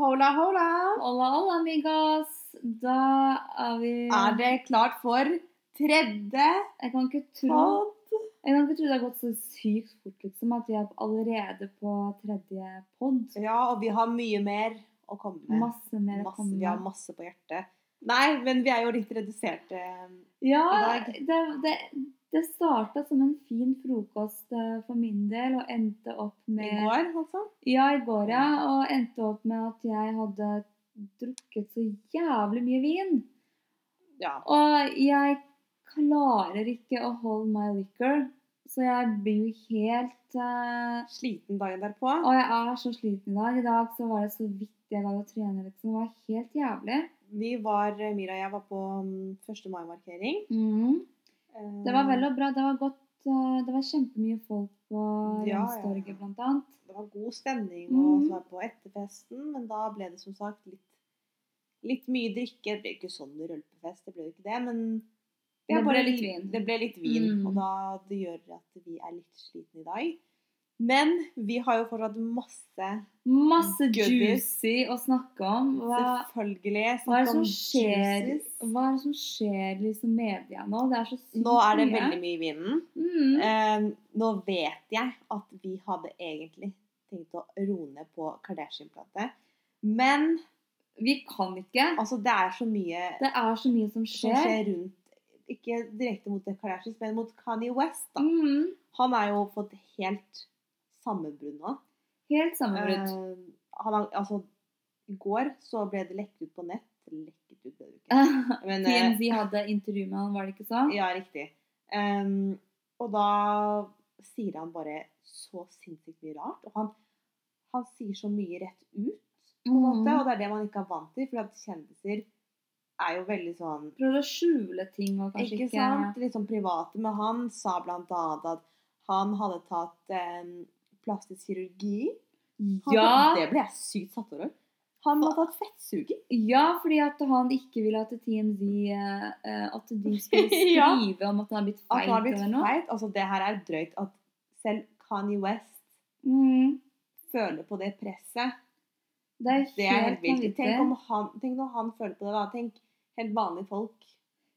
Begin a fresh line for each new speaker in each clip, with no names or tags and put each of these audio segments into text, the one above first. Hola, hola!
Hola, hola, amigos! Da er vi
Er det klart for tredje
Jeg kan ikke tro
pod?
Jeg kan ikke tro det har gått så sykt fort liksom, at vi er allerede på tredje pod.
Ja, og vi har mye mer å komme med.
Masse mer å
Masse-
komme
vi har
med.
masse på hjertet. Nei, men vi er jo litt eh, reduserte.
Ja,
i dag.
det, det, det starta som en fin frokost eh, for min del og endte opp
I
med
går, altså.
Ja, i går, ja. Og endte opp med at jeg hadde drukket så jævlig mye vin.
Ja.
Og jeg klarer ikke å hold my liquor, så jeg blir jo helt eh,
Sliten dagen derpå.
Og jeg er så sliten i dag. I dag så var det så vidt jeg var å trene, liksom. Det var helt jævlig.
Vi var, eh, Mira og jeg var på mm, 1. mai-markering.
Mm.
Eh,
Det var vel og bra. Det var godt. eh, Det var kjempemye folk på
Ja, ja, ja.
Jenstorget, blant annet.
Det var god stemning og
Mhm.
så var jeg på etterfesten, men da ble det som sagt litt, litt mye drikke. Det ble ikke sånn rølpefest, det ble jo ikke det, men vi
Det
er
ble
bare
litt
li-
vin.
Det ble litt vin,
Mm.
og da det gjør at vi er litt slitne i dag. Men vi har jo fortsatt masse,
Masse
Goodies.
juicy å snakke om. Hva,
selvfølgelig.
hva er
snakk om
det som skjer
juices.
Hva er det som skjer liksom media nå? Det er så sykt
Nå er det
mye.
veldig mye i vinden.
mm.
Eh, nå vet jeg at vi hadde egentlig tenkt å roe ned på Kardashian-plate, men
Vi kan ikke.
altså, det er så mye
Det er så mye som
som
skjer.
skjer rundt Ikke direkte mot The Kardashians, men mot Kanye West. da.
Mm.
Han er jo fått helt sammenbrudd nå.
Helt sammenbrutt.
Eh, han har- altså, I går så ble det lekket ut på nett. Lekket ut, ble det jo ikke.
Uh,
Men, eh,
TMZ hadde intervju med han, var det ikke så?
ja, riktig. Eh, og da sier han bare så sinnssykt mye rart. Og han, han sier så mye rett ut, på en måte.
Mm.
Og det er det man ikke er vant til, for at kjendiser er jo veldig sånn
Prøvde å skjule ting og kanskje
ikke
ikke,
sant? Litt sånn private. Men han sa blant annet at han hadde tatt eh, plastisk kirurgi. Han
Ja,
Det ble jeg sykt satt over. Han hadde tatt fettsuging.
ja, fordi at han ikke ville at TMZ eh, eh, At de skulle skrive
Ja.
om at han har blitt
At han
feit
har blitt
eller noe.
feit. Altså, det her er drøyt. At selv Kanye West
Mm.
føler på det presset.
Det er helt,
Det er helt vilt.
vanvittig.
Tenk, om han, tenk når han føler på det, da. Tenk helt vanlige folk.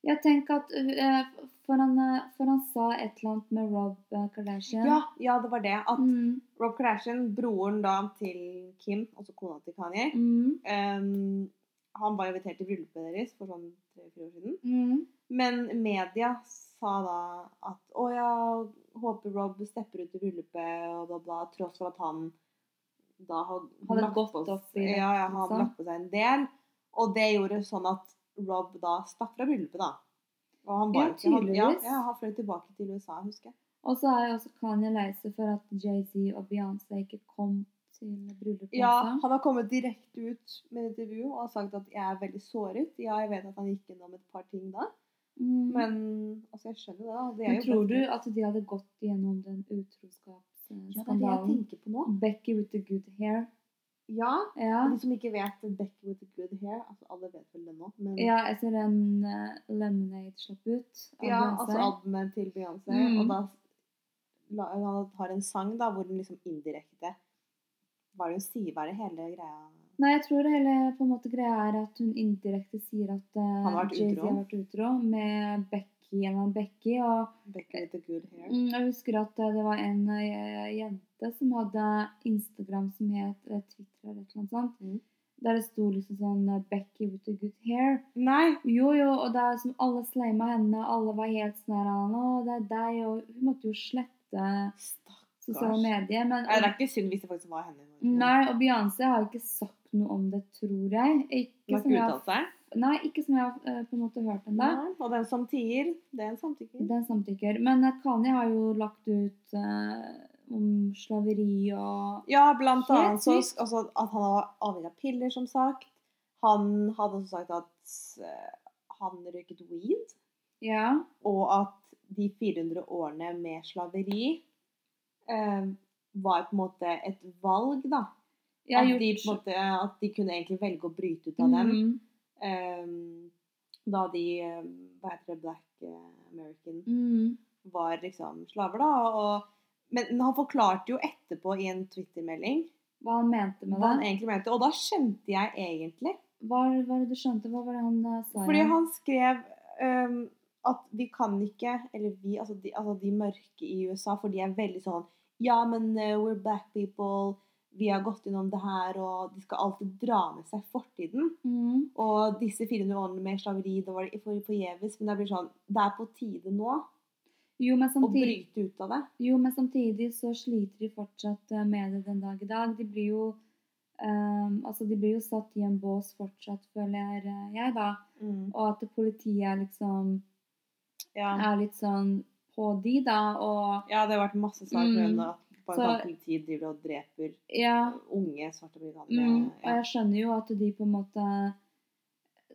Jeg tenker at eh, for, han, eh, for han sa et eller annet med Rob eh, Kardashian.
Ja, ja, det var det. At
Mm,
Rob Kardashian, broren da til Kim, altså kona til Kanye,
mm,
Ehm, han var invitert til bryllupet deres for sånn tre-fire år siden.
mm.
Men media sa da at å ja, håper Rob stepper ut i bryllupet og bla, bla, tross for at han da had-
Hadde
lagt
gått
på s-
opp i det,
ja, ja, han hadde
liksom.
lagt på seg en del. Og det gjorde sånn at Rob da stakk fra bryllupet, da. Og han var
Ja,
jo ikke han, ja,
tydeligvis.
ja, han fløy tilbake til USA, husker jeg.
Og så er jo også Kanye lei seg for at Jay-Z og Beyoncé ikke kom til bryllupet.
Ja,
hans.
han har kommet direkte ut med intervju og sagt at jeg er veldig såret. Ja, jeg vet at han gikk innom et par ting da.
Mm.
Men altså, jeg skjønner det. da. Det er
Men
jo
tror du
best-
at de hadde gått gjennom den
ja, det er det jeg
utroskapsskandalen?
tenker på nå.
Becky with the good hair.
Ja,
Ja,
og De som ikke vet Becky with the good hair altså Alle vet vel det nå. Men ja,
ja jeg ser en eh, Lemonade slapp ut. av Beyoncé.
altså albumet til Beyoncé.
Mm.
Og da la, han har en sang da hvor den liksom indirekte Hva er det hun sier? Hva er det hele greia?
Nei, jeg tror hele på en måte greia er at hun indirekte sier at eh,
har vært
Jay-Z
utro.
har vært utro med Becky gjennom Becky. Og
Becky with the good hair.
mm, jeg husker at eh, det var en eh, jente som hadde Instagram som het eller Twitter eller et eller annet sånt.
Mm.
Der det sto liksom sånn eh, 'Becky with the good hair'.
Nei!
Jo, jo, og det er som alle slima henne, og alle var helt sånn her Å, det er deg, og hun måtte jo slette sosiale
Stakkars.
medier. Men,
Nei, det er ikke synd hvis det faktisk var henne.
nei, og Beyoncé har ikke sagt noe om det, tror jeg.
Hun
Ikke
har
som
ikke
jeg,
uttalt seg.
nei, ikke som jeg har eh, på en måte hørt ennå.
Nei, Og den som tier, den samtykker.
Den samtykker. Men eh, Kanye har jo lagt ut eh, om slaveri og
Ja, blant
Helt
annet så,
sykt.
altså, at han var avhengig av piller, som sagt. Han hadde også sagt at eh, han røyket weed,
Ja.
og at de 400 årene med slaveri eh, var på en måte et valg, da.
Jeg har
at,
gjort
de, på en måte, at de kunne egentlig velge å bryte ut av dem.
Mm,
eh, da de, eh, hva heter det, black eh, American
mm,
var liksom slaver, da. Og, men han forklarte jo etterpå i en Twitter-melding
hva han mente med
hva han
det.
egentlig mente. Og da skjønte jeg egentlig.
Hva var det du skjønte? Hva var det han eh, sa?
Fordi
igjen?
han skrev øhm, at vi kan ikke Eller vi, altså de, altså de mørke i USA, for de er veldig sånn Ja, men eh, we're black people. Vi har gått innom det her, og de skal alltid dra med seg fortiden.
mm.
Og disse 400 årene med slaveri, det var for- forgjeves. Men det blir sånn Det er på tide nå
jo, men
å
samtidig,
bryte ut av det.
jo, men samtidig så sliter de fortsatt eh, med det den dag i dag. De blir jo eh, altså de blir jo satt i en bås fortsatt, føler eh, jeg, da. Og at politiet er liksom
Ja.
er litt sånn på de, da. Og
ja, det har vært masse saker
Mm.
mm. at bare
Så-
sånn politiet driver og dreper
ja,
unge svarte amerikanere.
Mm, og
Ja.
jeg skjønner jo at de på en måte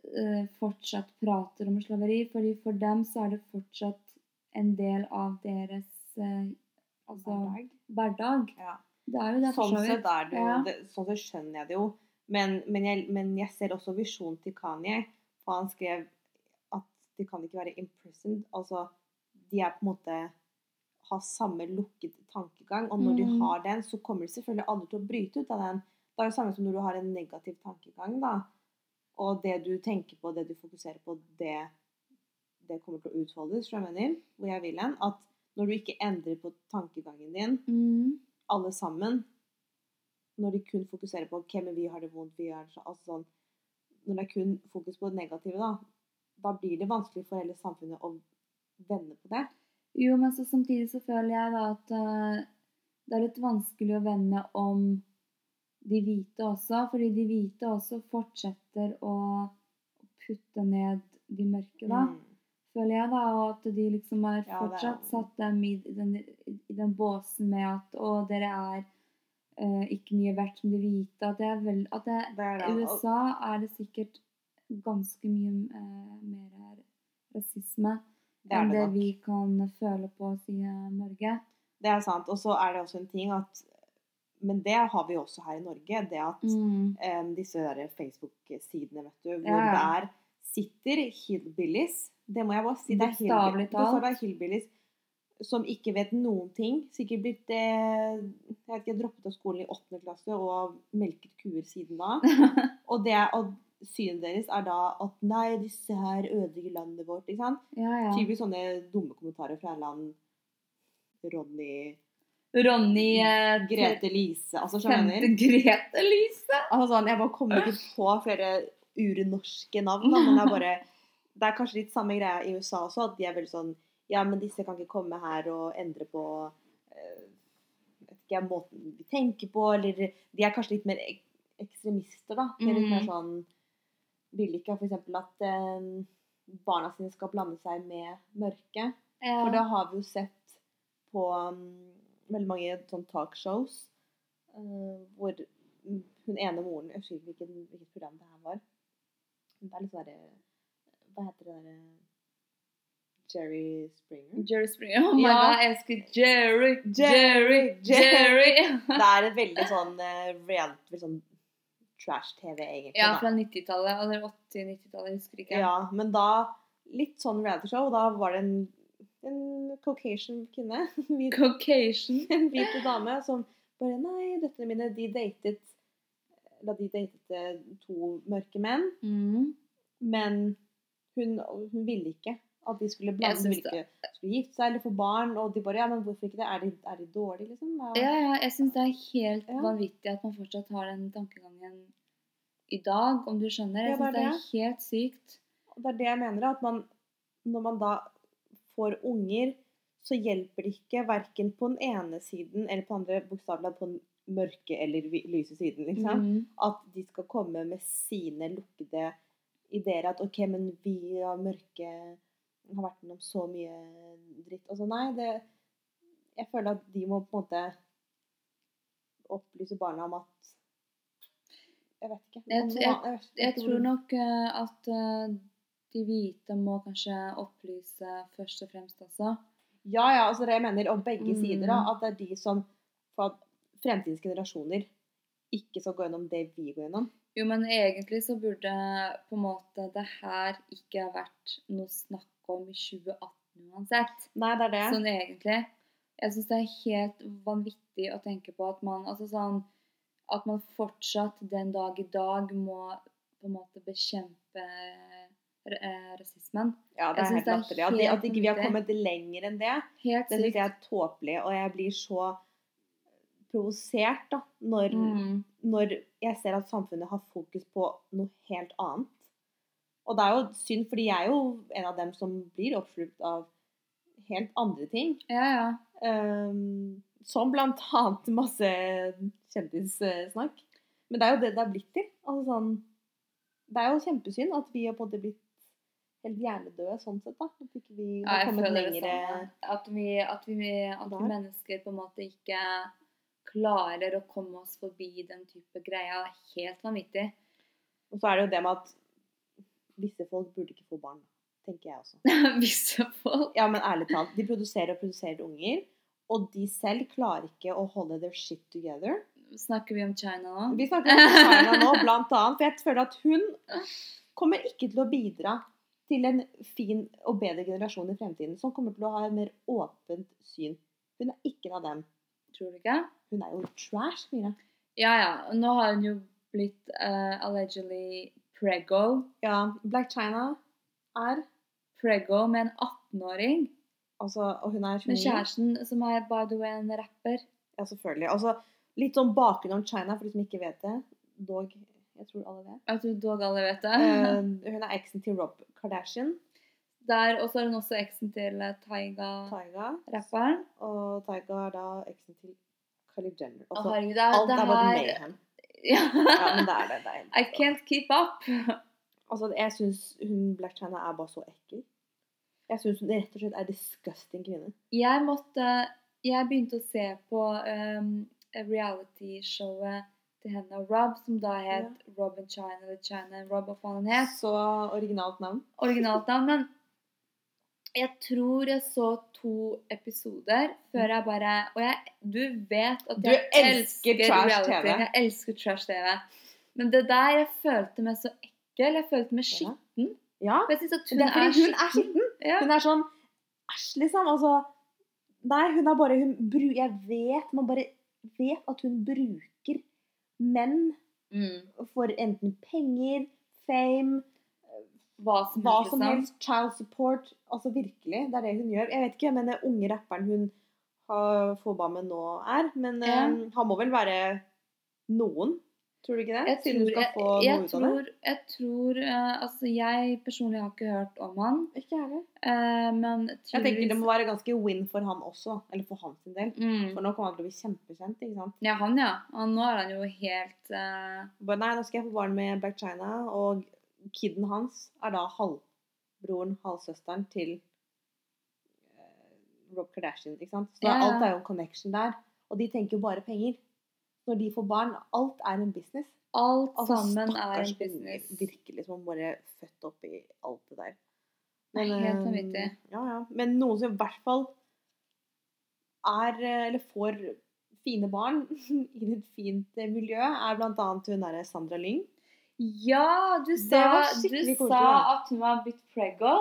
eh, fortsatt prater om slaveri, fordi for dem så er det fortsatt en del av deres eh, altså,
Hverdag.
hverdag.
Ja.
Det er jo det, for
Sånn
så
sett
vidt.
er det jo
Ja.
det, Sånn sett skjønner jeg det jo. Men, men, jeg, men jeg ser også visjonen til Kanye. For han skrev at de kan ikke være imprisoned. Altså, de er på en måte har samme lukket tankegang. Og når
Mm.
de har den, så kommer de selvfølgelig aldri til å bryte ut av den. Det er jo samme som når du har en negativ tankegang, da. Og det du tenker på, det du fokuserer på, det, det kommer til å utfoldes, tror jeg mener, hvor jeg vil hen. At når du ikke endrer på tankegangen din,
Mm,
alle sammen når de kun fokuserer på ok, men vi har det vondt, vi har det så- altså sånn Når det er kun fokus på det negative, da, da blir det vanskelig for hele samfunnet å vende på det.
jo, men så samtidig så føler jeg da at eh, det er litt vanskelig å vende om de hvite også, fordi de hvite også fortsetter å putte ned de mørke, da.
Mm.
føler jeg, da. Og at de liksom har
Ja, det er-
fortsatt satt dem i den, i den båsen med at å, dere er eh, ikke mye verdt som de hvite. At det er vel At det,
Det er
i
det. Og,
USA er det sikkert ganske mye eh, mer rasisme
det, er
enn det
det, nok.
vi kan føle på oss i eh, Norge.
det er sant. Og så er det også en ting at Men det har vi også her i Norge. Det at
Mm.
em, disse der Facebook-sidene, vet du, hvor
Ja.
det er sitter hillbillies Det må jeg bare si. Det er
Bokstavelig
hillbillies,
talt.
det er hillbillies som ikke vet noen ting. Sikkert blitt eh, jeg vet ikke, droppet av skolen i åttende klasse og melket kuer siden da. og, det, og synet deres er da at nei, disse her ødelegger landet vårt. ikke sant?
Ja, ja.
Typisk sånne dumme kommentarer fra en eller annen Ronny,
Ronny eh,
Grete Lise altså skjønner
Femte Grete Lise.
Altså sånn, Jeg bare kommer ikke på flere urnorske navn. Da, men det er bare Det er kanskje litt samme greia i USA også, at de er veldig sånn Ja, men disse kan ikke komme her og endre på eh, vet ikke, måten vi tenker på, eller De er kanskje litt mer ek ekstremister, da. De er litt mer
Mhm.
sånn Vil ikke for eksempel at eh, barna sine skal blande seg med mørke.
Ja.
For det har vi jo sett på um, veldig mange sånn talkshows eh, hvor hun ene moren Jeg husker ikke hvilken- hvilket program det her var. Men det er litt sånn derre Hva heter det derre Jerry Springer?
Jerry Springer. Oh my
Ja.
god, jeg elsker Jerry, Jerry,
Jerry,
Jerry.
Det er et veldig sånn eh, reelt veldig sånn trash-TV, egentlig.
Ja,
da.
fra 90-tallet. Eller 80-90-tallet, jeg husker ikke.
Ja, men da litt sånn reality show. Da var det en, en caucasian kvinne. hvit-
Caucasian.
en hvit dame som bare Nei, døtrene mine, de datet Eller de datet eh, to mørke menn,
Mm.
men hun, hun ville ikke at de skulle blande
Jeg
Hun
syns
ville ikke skulle gifte seg eller få barn, og de bare Ja, men hvorfor ikke det? Er de, er de dårlige, liksom?
Ja, ja, jeg syns det er helt
Ja.
vanvittig at man fortsatt har den tankegangen i dag, om du skjønner.
Ja,
Jeg
bare
syns det er helt sykt.
Og det er det jeg mener, at man, når man da får unger, så hjelper det ikke verken på den ene siden eller på den andre, bokstavelig talt på den mørke eller vi- lyse siden, liksom.
Mm.
at de skal komme med sine lukkede ideer. At OK, men vi har mørke har vært gjennom så mye dritt. Altså nei, det Jeg føler at de må på en måte opplyse barna om at Jeg vet ikke.
Jeg
om
tr-
noe annet. vet
Jeg
ikke
tror
hvor-
nok eh, at eh, de hvite må kanskje opplyse først og fremst også.
Ja, ja, altså det jeg mener om begge
Mm.
sider. da, At det er de som For at fremtidens generasjoner ikke skal gå gjennom det vi går gjennom.
Jo, men egentlig så burde på en måte det her ikke ha vært noe snakk om i 2018 uansett.
Nei, det er det.
Sånn egentlig. Jeg syns det er helt vanvittig å tenke på at man Altså sånn at man fortsatt den dag i dag må på en måte bekjempe eh, rasismen.
Ja, det
Jeg
er helt
synes det er
latterlig. At, de-
helt
at ikke vi har
vanvittig.
kommet lenger enn det,
Helt
det syns
sykt.
jeg er tåpelig. Og jeg blir så provosert da, når,
Mm.
når jeg ser at samfunnet har fokus på noe helt annet. Og det er jo synd, fordi jeg er jo en av dem som blir oppslukt av helt andre ting.
Ja, ja.
Um, som blant annet masse kjendissnakk. Men det er jo det det har blitt til. Altså sånn, det er jo kjempesynd at vi har på en måte blitt helt hjernedøde sånn sett. da. At ikke vi
ja
har
jeg
kommet
føler det
lengre
samme. At vi, at, vi, at vi
eh, Der.
mennesker på en måte ikke klarer å komme oss forbi den type greia. Det er helt vanvittig.
Og så er det jo det med at visse folk burde ikke få barn. Tenker jeg også.
Visse folk.
Ja, men ærlig talt. De produserer og produserer unger. Og de selv klarer ikke å holde their shit together.
Snakker vi om China nå?
Vi snakker om China nå, blant annet. For jeg føler at hun kommer ikke til å bidra til en fin og bedre generasjon i fremtiden som kommer til å ha et mer åpent syn. Hun er ikke en av dem.
Tror du ikke?
Hun er jo trash, Mira.
Ja, ja. Nå har hun jo blitt eh, allegedly prego.
Ja, Black China er
Prego med en 18-åring.
altså, Og hun er
Med
29.
kjæresten som er by the way en rapper.
Ja, selvfølgelig. Altså, litt sånn bakgrunn om China, for de som ikke vet det. Dog, jeg tror alle vet.
Jeg tror dog alle vet det.
Eh, hun er eksen til Rob Kardashian,
Der, og så er hun også eksen til eh, Taiga,
Taiga.
rapperen.
Og Taiga er da eksen til Kylie Jenner.
Å,
Altså,
herregud, det er,
alt
det
er bare
her-
mayhem.
Ja.
Ja, men det er det. det er helt
I can't keep up.
Altså, jeg syns hun Black China er bare så ekkel. Jeg syns hun rett og slett er disgusting kvinne.
Jeg måtte Jeg begynte å se på um, reality-showet til henne og Rob, som da het Rob and China eller China and Rob, hva faen han het.
Så originalt navn.
Originalt da, men jeg tror jeg så to episoder før jeg bare Og jeg, du vet at
Du
jeg
elsker trash TV.
Jeg elsker trash-TV. Men det der Jeg følte meg så ekkel. Jeg følte meg skitten.
Ja,
For Jeg synes at
det er fordi hun er skitten.
Ja.
Hun er sånn æsj, liksom. Altså Nei, hun er bare hun bru, Jeg vet Man bare vet at hun bruker menn
Mm.
for enten penger, fame,
Hva som
hva
helst.
som
liksom.
helst. Child support. Altså virkelig. Det er det hun gjør. Jeg vet ikke hvem den unge rapperen hun har, får barn med nå, er. Men
Ja.
eh, han må vel være noen. Tror du ikke det?
Jeg
Siden du
tror-
skal få
jeg, jeg
noe ut av det.
tror, Jeg tror eh, Altså, jeg personlig har ikke hørt om han,
Ikke jeg heller.
eh, men
Jeg tenker det
tydeligvis-
må være ganske win for han også. Eller for hans del.
mm.
For nå kommer han til å bli kjempekjent. ikke sant?
Ja, han, ja. Han, nå er han jo helt eh,
Bare nei, nå skal jeg få barn med Black China, og kiden hans er da halvbroren, halvsøsteren til eh, Rob Kardashian, ikke sant? Så da,
Ja, ja.
alt er jo en connection der. Og de tenker jo bare penger. Når de får barn, alt er en business.
Alt
Altså,
sammen er
stakkars
en business.
unger, virkelig, som har vært født opp i alt det der.
Nei, helt
eh,
vanvittig.
Ja, ja. Men noen som i hvert fall er, eh, eller får fine barn i et fint eh, miljø, er blant annet hun derre Sandra Lyng.
Ja, du sa,
var
du
skikkelig koselig,
sa
da.
at hun var blitt preggo.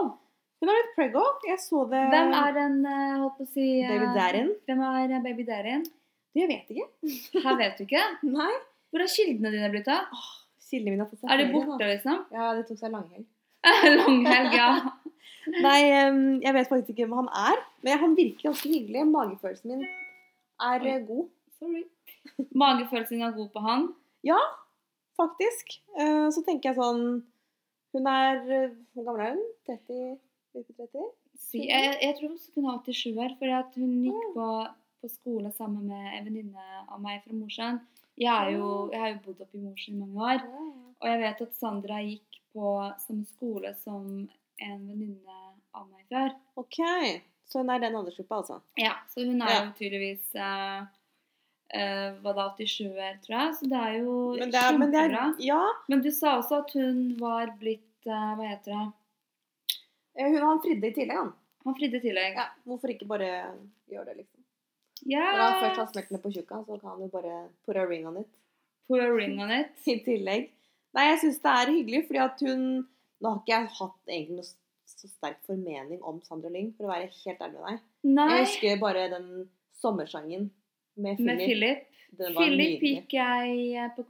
Hun har blitt preggo. Jeg så det
Hvem er den eh, holdt på å si eh,
David Darren?
Hvem er eh, baby Darren?
Det vet jeg ikke.
Her vet du ikke.
Nei.
Hvor er kildene dine blitt av?
Kildene mine har fått seg
Er de
ferie,
borte,
da.
liksom?
Ja, det tok seg langhelg.
Langhelg, ja.
Nei, em, jeg vet faktisk ikke hvem han er. Men han virker ganske hyggelig. Magefølelsen min er eh, god,
Sorry. Magefølelsen er god på han.
faktisk. Eh, Så tenker jeg sånn Hun er eh, Hvor gammel er hun? 30? Rundt 30?
Si, jeg, jeg tror også hun har 87 her, for at hun gikk på, på skole sammen med en venninne av meg fra Mosjøen. Jeg, er jo- jeg har jo bodd oppe i Mosjøen i mange år, og jeg vet at Sandra gikk på samme skole som en venninne av meg før.
OK. Så hun er den aldersgruppa, altså.
Ja, så hun er
Ja.
jo tydeligvis eh, eh, hva da, 87 her, tror jeg. Så det er jo
Men det er, men det er
kjempebra. Men,
Ja.
du sa også at hun var blitt eh, Hva heter det?
eh, Hun han fridde i tillegg, han.
Han fridde i tillegg.
Ja, hvorfor ikke bare gjøre det, liksom?
Ja.
Når han først har smelt den på tjukka, så kan han jo bare put a ring on it
Put a ring on it.
i tillegg. Nei, jeg syns det er hyggelig, fordi at hun Nå har ikke jeg hatt egentlig noe s- så sterk formening om Sandra Lyng, for å være helt ærlig med deg. Jeg
Nei.
husker bare den sommersangen med
Med
Philip.
Philip.
Den var
Philip
nydelig.
gikk jeg eh, på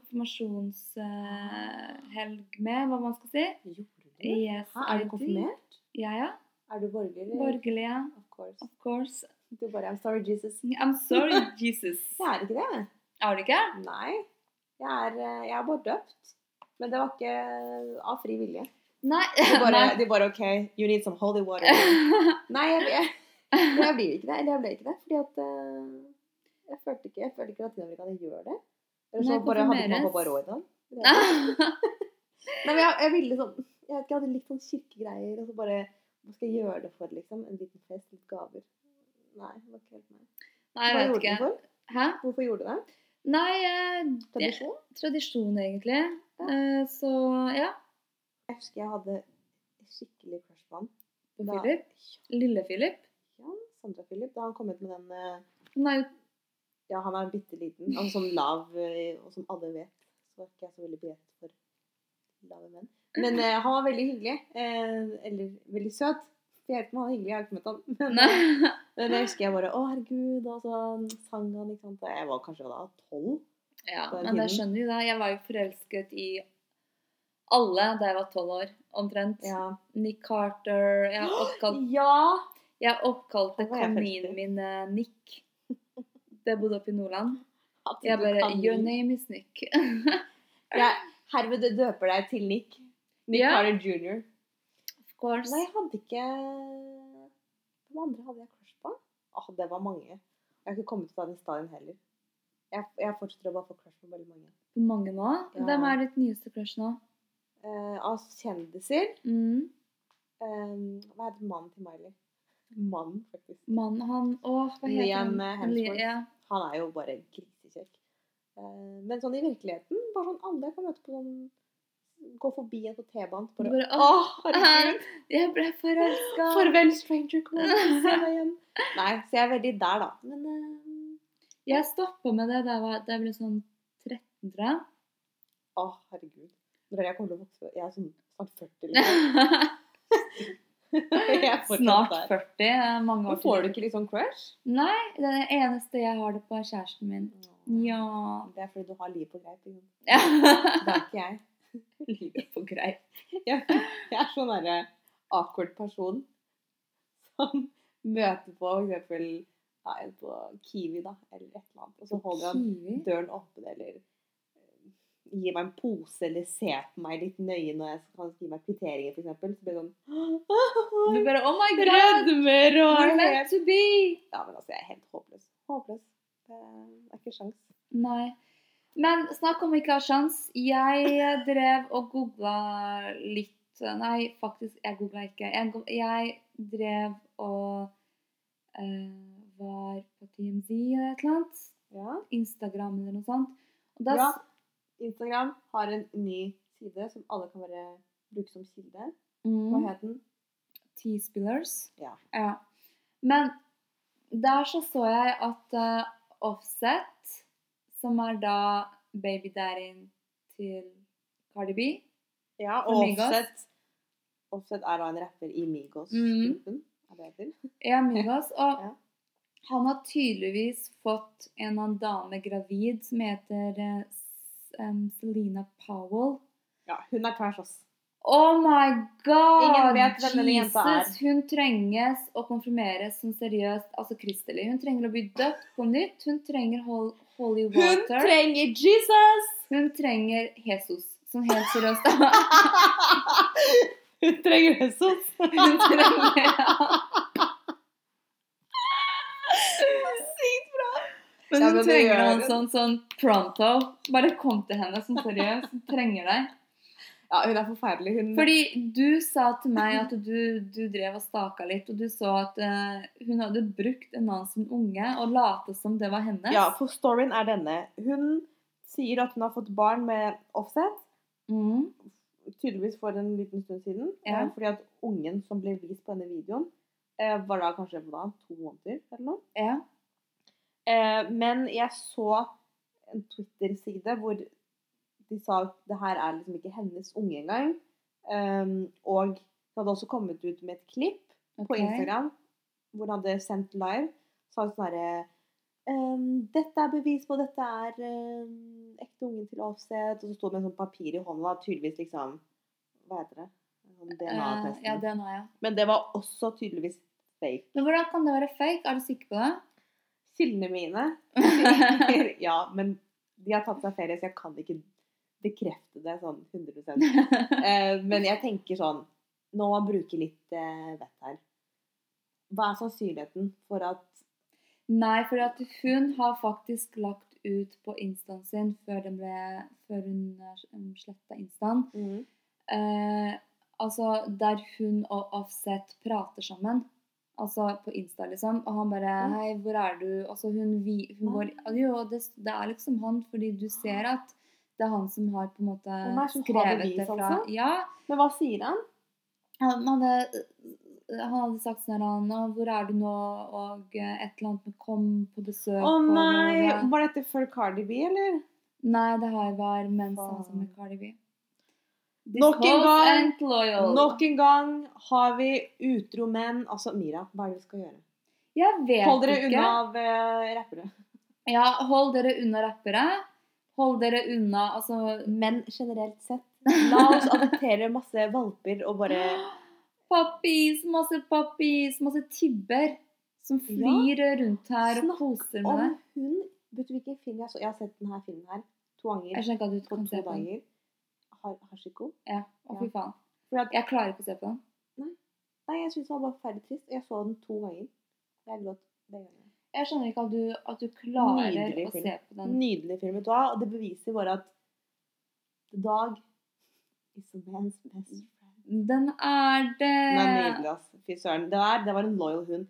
konfirmasjonshelg med, hva man skal si.
Gjorde du det?
Yes,
Hæ, er
I
du
did.
konfirmert?
Ja, ja.
Er du borgerlig? eller?
Borgerlige,
Of course.
of course.
Du bare I'm sorry, Jesus.
I'm sorry, Jesus.
Jeg er ikke det.
Er du ikke?
Nei. Jeg er, eh, jeg er bare døpt. Men det var ikke eh, av fri vilje.
Nei.
De bare,
Nei.
de bare OK, you need some holy water. Nei, jeg, jeg, jeg blir ikke det. Eller jeg ble ikke det. Fordi at eh, jeg følte ikke, jeg følte ikke at latinamerikanere gjør det. Eller så
Nei,
bare hadde
konfirmeres.
mamma bare råd i det. Nei, men jeg, jeg ville sånn Jeg vet ikke, jeg hadde litt sånn kirkegreier, og så bare Hva skal jeg gjøre det for, liksom? En liten fest, litt gaver? Nei, det var ikke helt meg. Hva
Nei, jeg
gjorde
vet
du
ikke.
for?
Hæ?
Hvorfor gjorde du det?
Nei, eh,
Tradisjon?
tradisjon egentlig. Eh, Så ja,
Jeg husker jeg hadde skikkelig crush på han. Da-
Philip. Lille Philip.
Ja, Sandra Philip. Da han kom ut med den eh,
Hun er jo
Ja, han er bitte liten. Han er sånn lav, eh, og som alle vet, så er ikke jeg så veldig begjæret for lave menn. Men eh, han var veldig hyggelig. Eh, eller veldig søt. Jeg vet ikke om han er hyggelig, jeg har ikke møtt han. Men,
Nei.
men jeg husker jeg bare Å, herregud. Og så sang han, ikke sant. Og Jeg var kanskje da tolv.
Ja,
Bare
men det
tiden.
skjønner jo det. Jeg var jo forelsket i alle da jeg var tolv år, omtrent.
Ja.
Nick Carter. Jeg oppkalte,
ja!
jeg oppkalte
Han var jeg
kaninen
forelsket i.
min eh, Nick. Det bodde oppe i Nordland.
At
Jeg
du
bare
kan-
Your name is Nick.
Jeg herved døper deg til Nick. Nick
Ja.
Carter jr.
Of course.
Nei, jeg hadde ikke Hvem andre hadde jeg crush på? Åh, det var mange. Jeg har ikke kommet ut av den stadien heller. Jeg, jeg fortsetter å bare få crush på veldig mange.
Hvor mange nå?
Ja.
Hvem er ditt nyeste crush nå?
Eh, av kjendiser
Mm.
eh, Hva heter mannen til Miley? Mannen, faktisk.
Mannen han Åh, hva heter
Liam eh,
han?
Hemsworth.
Li- Ja.
Han er jo bare grisekjekk. Eh, men sånn i virkeligheten, bare sånn alle jeg kan møte på sånn Gå forbi en på T-banen bare
Bare,
Å, herregud!
Jeg ble forelska.
Farvel, stranger. Kom igjen, se deg igjen. Nei, så jeg er veldig der, da. Men eh,
Jeg stoppa med det da jeg var- da jeg ble sånn 13, tror jeg.
Å, herregud. Når jeg kommer til å vokse Jeg er sånn snart 40, liksom. Jeg er fortsatt
Snart
der.
40. det er Mange år
Men får du
til.
ikke litt sånn crush?
Nei, det er det eneste jeg har det på, er kjæresten min. Ja.
Det er fordi du har livet på greip. ikke sant?
Ja.
Det er ikke jeg.
Livet på greit.
Jeg, jeg er sånn derre awkward person som møter på for eksempel ja, en på Kiwi, da, eller et eller annet, og så holder han
Kiwi.
døren åpen, eller eh, gir meg en pose, eller ser på meg litt nøye når jeg skal gi meg kvitteringer, for eksempel. Så blir sånn, det sånn
Du bare Oh my god!
Rødmer og
We're meant to be!
Ja, men altså, jeg er helt håpløs. Håpløs. Det er ikke sjans.
Nei. Men snakk om ikke ha sjans. Jeg drev og googla litt Nei, faktisk, jeg googla ikke. Jeg, go- jeg drev og eh, var på TMZ eller et eller annet.
Ja.
Instagram eller noe sånt. Og da,
ja.
s-
Instagram har en ny side som alle kan bare bruke som kilde. Hva
mm,
het den?
T-spillers.
Ja.
Men der så så jeg at eh, Offset, som er da babydaddyen til Cardi B
Ja,
For
og
Migos.
Offset. Offset er da en rapper i
Mm.
Migos-gruppen. Er det det heter?
Ja, Migos. Og
Ja.
han har tydeligvis fått en eller annen dame gravid som heter eh, S- em, Selena Powell.
Ja, hun er trash, ass.
Oh my god!
Ingen vet hvem denne jenta er.
Jesus, Hun trenges å konfirmeres som seriøst, altså kristelig. Hun trenger å bli døpt på nytt. Hun trenger hol holy
Hun
water.
trenger Jesus!
hun trenger Jesus. Sånn helt seriøst.
Hun trenger Jesus!
Hun trenger
Sykt bra!
Men
Ja, men
hun
det
trenger
gjør
han
hun.
sånn, sånn pronto. Bare kom til henne som seriøst. Hun trenger deg.
Ja, hun er forferdelig. Hun
Fordi du sa til meg at du, du drev og staka litt, og du så at eh, hun hadde brukt en annen sin unge og late som det var hennes.
Ja, for storyen er denne. Hun sier at hun har fått barn med Offset,
Mm.
tydeligvis for en liten stund siden.
Ja.
eh, Fordi at ungen som ble vist på denne videoen, eh, var da kanskje på da, to måneder eller noe.
ja.
Eh, Men jeg så en Twitter-side hvor de sa at det her er liksom ikke hennes unge engang. Um, Og hun hadde også kommet ut med et klipp på
ok.
Instagram hvor hun hadde sendt live. Så hadde sånn herre ehm, 'Dette er bevis på dette er ehm, ekte ungen til Offset.' Og så sto det med sånn papir i hånda, tydeligvis liksom Hva heter det? Sånn
Eh,
DNA-testen.
ja, DNA, ja.
Men det var også tydeligvis fake.
Men hvordan kan det være fake? Er du sikker på det?
Kildene mine Ja, men de har tatt seg ferie, så jeg kan ikke bekrefte det sånn 100 Eh, men jeg tenker sånn Nå må man bruke litt eh, vett her. Hva er sannsynligheten for at
Nei, for at hun har faktisk lagt ut på instaen sin før, den ble, før hun sletta instaen. Eh, altså der hun og Offset prater sammen. Altså på Insta, liksom. Og han bare
Mm.
'Hei, hvor er du?' Altså hun, vi, hun går
Ah.
Jo, det, det er liksom han, fordi du ser at det er han som har på en måte
Hvem er det som har
skrevet
bevis,
det fra
altså?
Ja.
Men hva sier han?
Han hadde, han hadde sagt sånn her han, «Å, 'Hvor er du nå?' og eh, et eller annet med 'Kom på besøk'
Å
og-
nei! Var dette før Cardi B, eller?
Nei, det her var mens
Faen.
han var med Cardi B.
Nok en gang!
gang!
Nok en gang har vi utro menn Altså, Mira, hva er det vi skal gjøre?
Jeg vet
Hold dere
ikke.
unna av eh, rappere.
Ja, hold dere unna rappere. Hold dere unna altså
Men generelt sett, la oss adoptere masse valper og bare
Pappis, masse pappis, masse tibber som flyr rundt her og
Snakk
koser med
Om
deg.
hun Vet du hvilken film jeg så? Jeg har sett denne filmen her to
Jeg
ganger
skjønner ikke at du
på
kan
to
se på den.
dager. Har, Hashiko.
Ja. Å, fy faen.
For at,
Jeg klarer ikke å se på den.
nei, jeg syns den var bare ferdig trist. og Jeg så den to ganger. Jeg gråt begge ganger.
Jeg skjønner ikke at du, at du klarer
Nydelig
å
film.
se på den.
Nydelig film, vet du hva. Og det beviser bare at The Dog is a man's best friend.
Den er det.
Den er nydelig, ass. Fy søren. Det der, det var en loyal hund.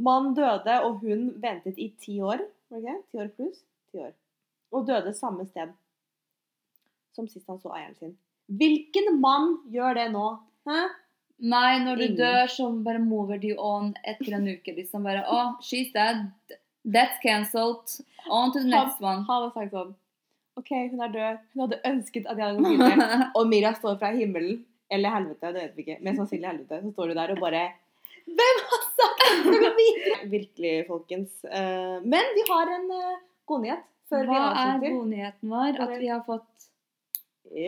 Mannen døde, og hun ventet i ti år. Var det ikke? det? Ti år pluss? Ti år. Og døde samme sted som sist han så eieren sin. Hvilken mann gjør det nå? Hæ?
Nei, når du
Ingen.
dør, så bare mover de on etter en uke. Liksom bare Å, she's dead. That's cancelled. On to the next one.
Han hadde sagt sånn OK, hun er død. Hun hadde ønsket at jeg hadde gått videre. Og Mira står fra himmelen, eller helvete, det vet vi ikke, men sannsynlig helvete, så står du der og bare Hvem har sagt at hun skal gå videre? Virkelig, folkens. Eh, Men vi har en eh, god nyhet før vi
Hva er
avslutter.
godnyheten vår? At
Bare-
vi har fått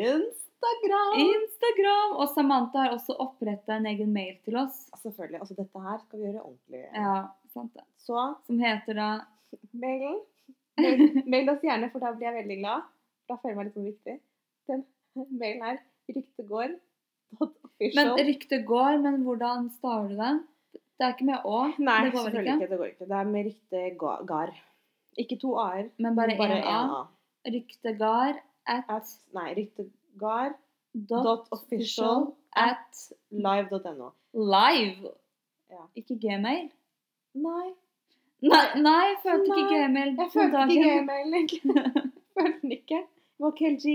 Instagram!
Instagram! Og Samantha har også oppretta en egen mail til oss.
Selvfølgelig. Altså, dette her skal vi gjøre ordentlig.
Ja, sant det.
Så
Som heter da
mailen. Mail, mail oss gjerne, for da blir jeg veldig glad. Da føler jeg meg litt sånn viktig. Den mailen her ryktegård.official.
Men ryktet går, men hvordan staver du den? Det er ikke med Å.
Nei,
det går vel
selvfølgelig ikke. Det går ikke. Det er med riktig ga- gar. Ikke to a-er.
Men bare
bare
én A.
en a.
Ryktegar at
At, nei, ryktegar.official
dot official at
live.no.
live.
Ja.
Ikke gmail?
Nei,
Nei, nei jeg følte ikke
Nei,
gmail.
jeg
den
følte ikke
dagen.
gmailen, egentlig. følte den ikke. Det var ikke helt G.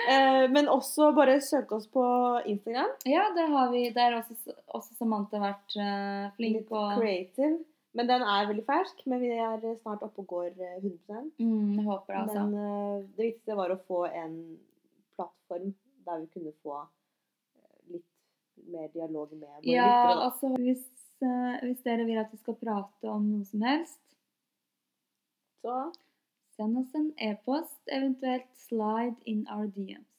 Eh, men også bare søke oss på Instagram.
Ja, det har vi. Der har også, også Samantha vært eh, flink
Litt
og
creative. Men den er veldig fersk. Men vi er snart oppe og går eh, 100
mm, Jeg håper det, altså.
Men eh, det viktigste var å få en plattform der vi kunne få eh, litt mer dialog med våre
Ja,
lyttere. da.
altså hvis, eh, hvis dere vil at vi skal prate om noe som helst,
Så
send oss en e-post, eventuelt slide in our DM.